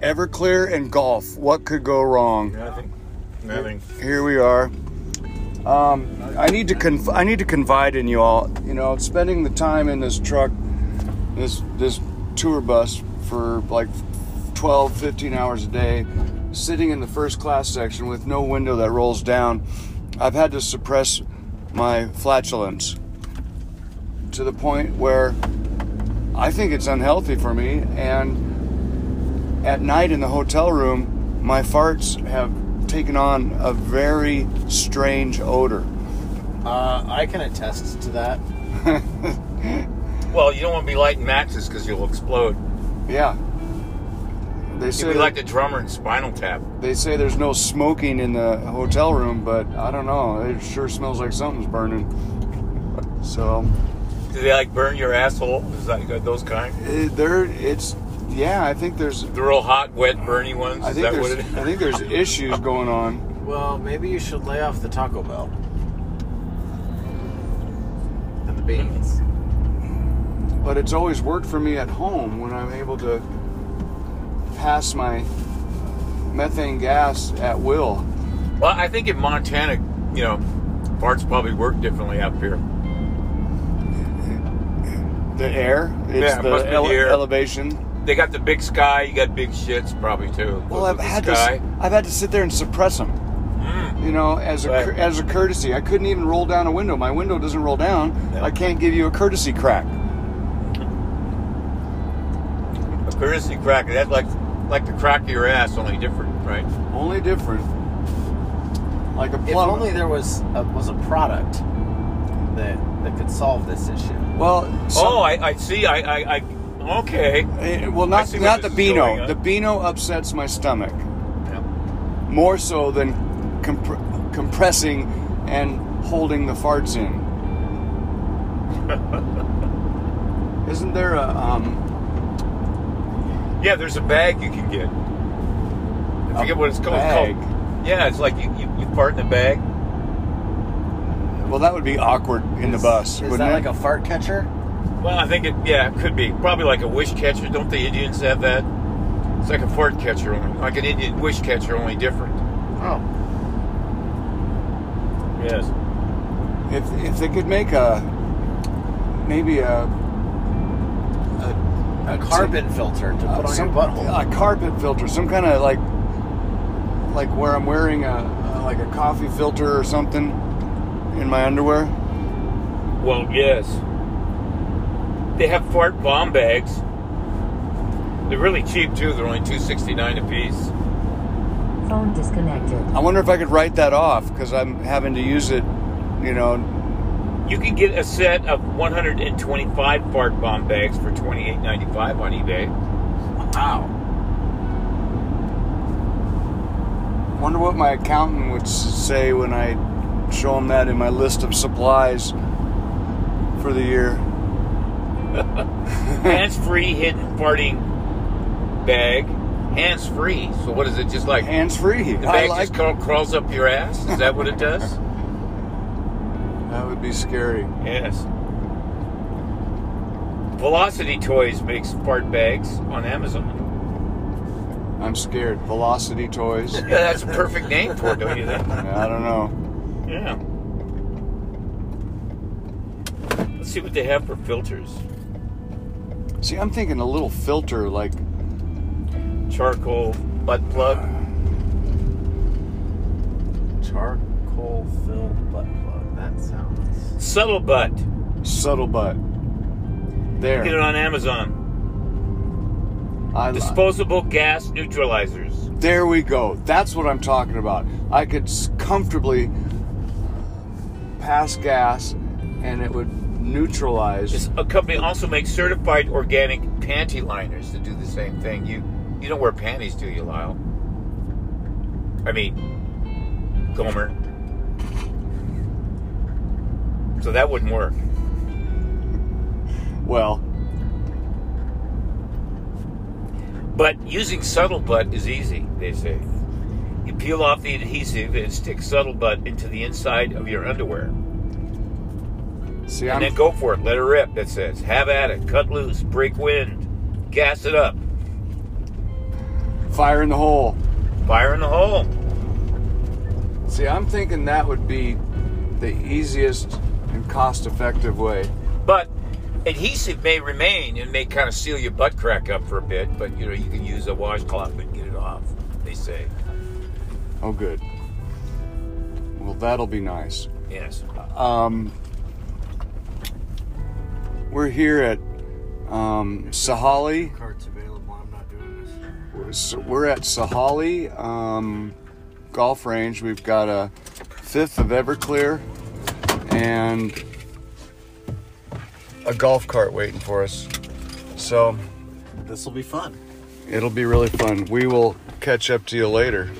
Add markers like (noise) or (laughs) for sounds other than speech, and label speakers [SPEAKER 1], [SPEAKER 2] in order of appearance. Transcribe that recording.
[SPEAKER 1] Everclear and golf. What could go wrong?
[SPEAKER 2] Nothing. Nothing.
[SPEAKER 1] Here we are. Um, I need to conf- I need to confide in you all. You know, spending the time in this truck, this this tour bus for like 12, 15 hours a day, sitting in the first class section with no window that rolls down. I've had to suppress my flatulence to the point where I think it's unhealthy for me. And at night in the hotel room, my farts have taken on a very strange odor.
[SPEAKER 3] Uh, I can attest to that.
[SPEAKER 2] Well, you don't want to be lighting matches because you'll explode.
[SPEAKER 1] Yeah. They
[SPEAKER 2] You'll
[SPEAKER 1] say,
[SPEAKER 2] be like the
[SPEAKER 1] that-
[SPEAKER 2] drummer in Spinal Tap.
[SPEAKER 1] they say there's no smoking in the hotel room, but I don't know. It sure smells like something's burning. So
[SPEAKER 2] Do they like burn your asshole? Is that those kind?
[SPEAKER 1] it, there, it's yeah. I think there's,
[SPEAKER 2] The real hot, wet, burny ones.
[SPEAKER 1] I
[SPEAKER 2] Is
[SPEAKER 1] think
[SPEAKER 2] that what
[SPEAKER 1] there's,
[SPEAKER 2] it
[SPEAKER 1] (laughs)
[SPEAKER 2] is?
[SPEAKER 1] I think there's issues going on.
[SPEAKER 3] Well, maybe you should lay off the Taco Bell and the beans.
[SPEAKER 1] But it's always worked for me at home when I'm able to pass my methane gas at will.
[SPEAKER 2] Well, I think in Montana, you know, parts probably work differently up here.
[SPEAKER 1] The air, it's
[SPEAKER 2] Yeah, it
[SPEAKER 1] the,
[SPEAKER 2] must be the
[SPEAKER 1] ele-
[SPEAKER 2] air.
[SPEAKER 1] elevation.
[SPEAKER 2] They got the big sky. You got big shits probably too.
[SPEAKER 1] Well,
[SPEAKER 2] Those
[SPEAKER 1] I've
[SPEAKER 2] with the
[SPEAKER 1] had
[SPEAKER 2] sky. Hmm.
[SPEAKER 1] to. I've had to sit there and suppress them. You know, as a
[SPEAKER 2] Right.
[SPEAKER 1] cur- as a courtesy, I couldn't even roll down a window. My window doesn't roll down.
[SPEAKER 2] Yeah.
[SPEAKER 1] I can't give you a courtesy crack.
[SPEAKER 2] A courtesy crack. That's like like the crack of your ass, only different, right?
[SPEAKER 1] Only different, like a
[SPEAKER 3] If
[SPEAKER 1] plum.
[SPEAKER 3] only there was a, was a product that that could solve this issue.
[SPEAKER 1] well, some-
[SPEAKER 2] oh, I, I see. I, I, I okay.
[SPEAKER 1] eh, well,
[SPEAKER 2] I
[SPEAKER 1] not
[SPEAKER 2] see
[SPEAKER 1] not
[SPEAKER 2] what
[SPEAKER 1] the
[SPEAKER 2] is going
[SPEAKER 1] Beano.
[SPEAKER 2] on.
[SPEAKER 1] The Beano upsets my stomach more so than compr- compressing and holding the farts
[SPEAKER 3] (laughs)
[SPEAKER 1] in. Isn't there a um,
[SPEAKER 2] Yeah, there's a bag you can get. I forget what it's called.
[SPEAKER 1] Bag.
[SPEAKER 2] It's called- yeah, it's like you, you, you fart in a bag.
[SPEAKER 1] Well, that would be awkward in the bus,
[SPEAKER 3] Is
[SPEAKER 1] wouldn't
[SPEAKER 3] that
[SPEAKER 1] it?
[SPEAKER 3] like a fart catcher?
[SPEAKER 2] Well, I think it. Yeah, it could be probably like a wish catcher. Don't the Indians have that? It's like a fart catcher, only like an Indian wish catcher, only different.
[SPEAKER 3] Oh,
[SPEAKER 2] Yes.
[SPEAKER 1] if, if they could make a maybe a a,
[SPEAKER 3] a
[SPEAKER 1] t-
[SPEAKER 3] carbon filter to put
[SPEAKER 1] uh,
[SPEAKER 3] on
[SPEAKER 1] some-
[SPEAKER 3] your butthole.
[SPEAKER 1] a carpet filter, some kind of like like where I'm wearing a, a like a coffee filter or something in my underwear.
[SPEAKER 2] Well, yes. They have fart bomb bags. They're really cheap too. They're only two sixty nine a piece.
[SPEAKER 4] Phone disconnected.
[SPEAKER 1] I wonder if I could write that off because I'm having to use it, you know.
[SPEAKER 2] You can get a set of 125 fart bomb bags for 28.95
[SPEAKER 1] (laughs)
[SPEAKER 2] on eBay.
[SPEAKER 3] Wow.
[SPEAKER 1] Wonder what my accountant would s- say when I show him that in my list of supplies for the year.
[SPEAKER 2] Hands-free hidden farting bag. Hands-free. So what is it? Just like
[SPEAKER 1] Hands free.
[SPEAKER 2] the
[SPEAKER 1] I
[SPEAKER 2] bag
[SPEAKER 1] like
[SPEAKER 2] just crawl, crawls up your ass? Is that what
[SPEAKER 1] (laughs)
[SPEAKER 2] it does?
[SPEAKER 1] That would be scary.
[SPEAKER 2] yes. Velocity Toys makes fart bags on Amazon.
[SPEAKER 1] I'm scared. Velocity toys.
[SPEAKER 2] (laughs) Yeah, that's a perfect name for it, don't you
[SPEAKER 1] (laughs)
[SPEAKER 2] think?
[SPEAKER 1] I don't know.
[SPEAKER 2] Yeah. Let's see what they have for filters.
[SPEAKER 1] See, I'm thinking a little filter, like
[SPEAKER 2] Charcoal butt plug.
[SPEAKER 3] Charcoal filled butt plug. That sounds.
[SPEAKER 2] Subtle butt.
[SPEAKER 1] subtle butt. There.
[SPEAKER 2] Get it on Amazon.
[SPEAKER 1] I,
[SPEAKER 2] Disposable gas neutralizers.
[SPEAKER 1] there we go. That's what I'm talking about. I could s- comfortably pass gas, and it would neutralize.
[SPEAKER 2] This a company also makes certified organic panty liners that do the same thing. You you don't wear panties, do you, Lyle? I mean, Gomer. So that wouldn't work.
[SPEAKER 1] well,
[SPEAKER 2] But using subtle butt is easy, they say. You peel off the adhesive and stick subtle butt into the inside of your underwear.
[SPEAKER 1] see,
[SPEAKER 2] And
[SPEAKER 1] I'm
[SPEAKER 2] then go for it. Let her rip. It says, have at it. Cut loose. Break wind. Gas it up.
[SPEAKER 1] Fire in the hole.
[SPEAKER 2] Fire in the hole.
[SPEAKER 1] See, I'm thinking that would be the easiest and cost effective way.
[SPEAKER 2] But adhesive may remain and may kind of seal your butt crack up for a bit, but you know, you can use a washcloth and get it off, they say.
[SPEAKER 1] Oh, good. Well, that'll be nice.
[SPEAKER 2] Yes.
[SPEAKER 1] Um, we're here at um, Sahali.
[SPEAKER 5] Cart's available. I'm not doing this.
[SPEAKER 1] So we're at Sahali um, Golf Range. We've got a fifth of Everclear and a golf cart waiting for us. So
[SPEAKER 3] This will be fun.
[SPEAKER 1] it'll be really fun. We will catch up to you later.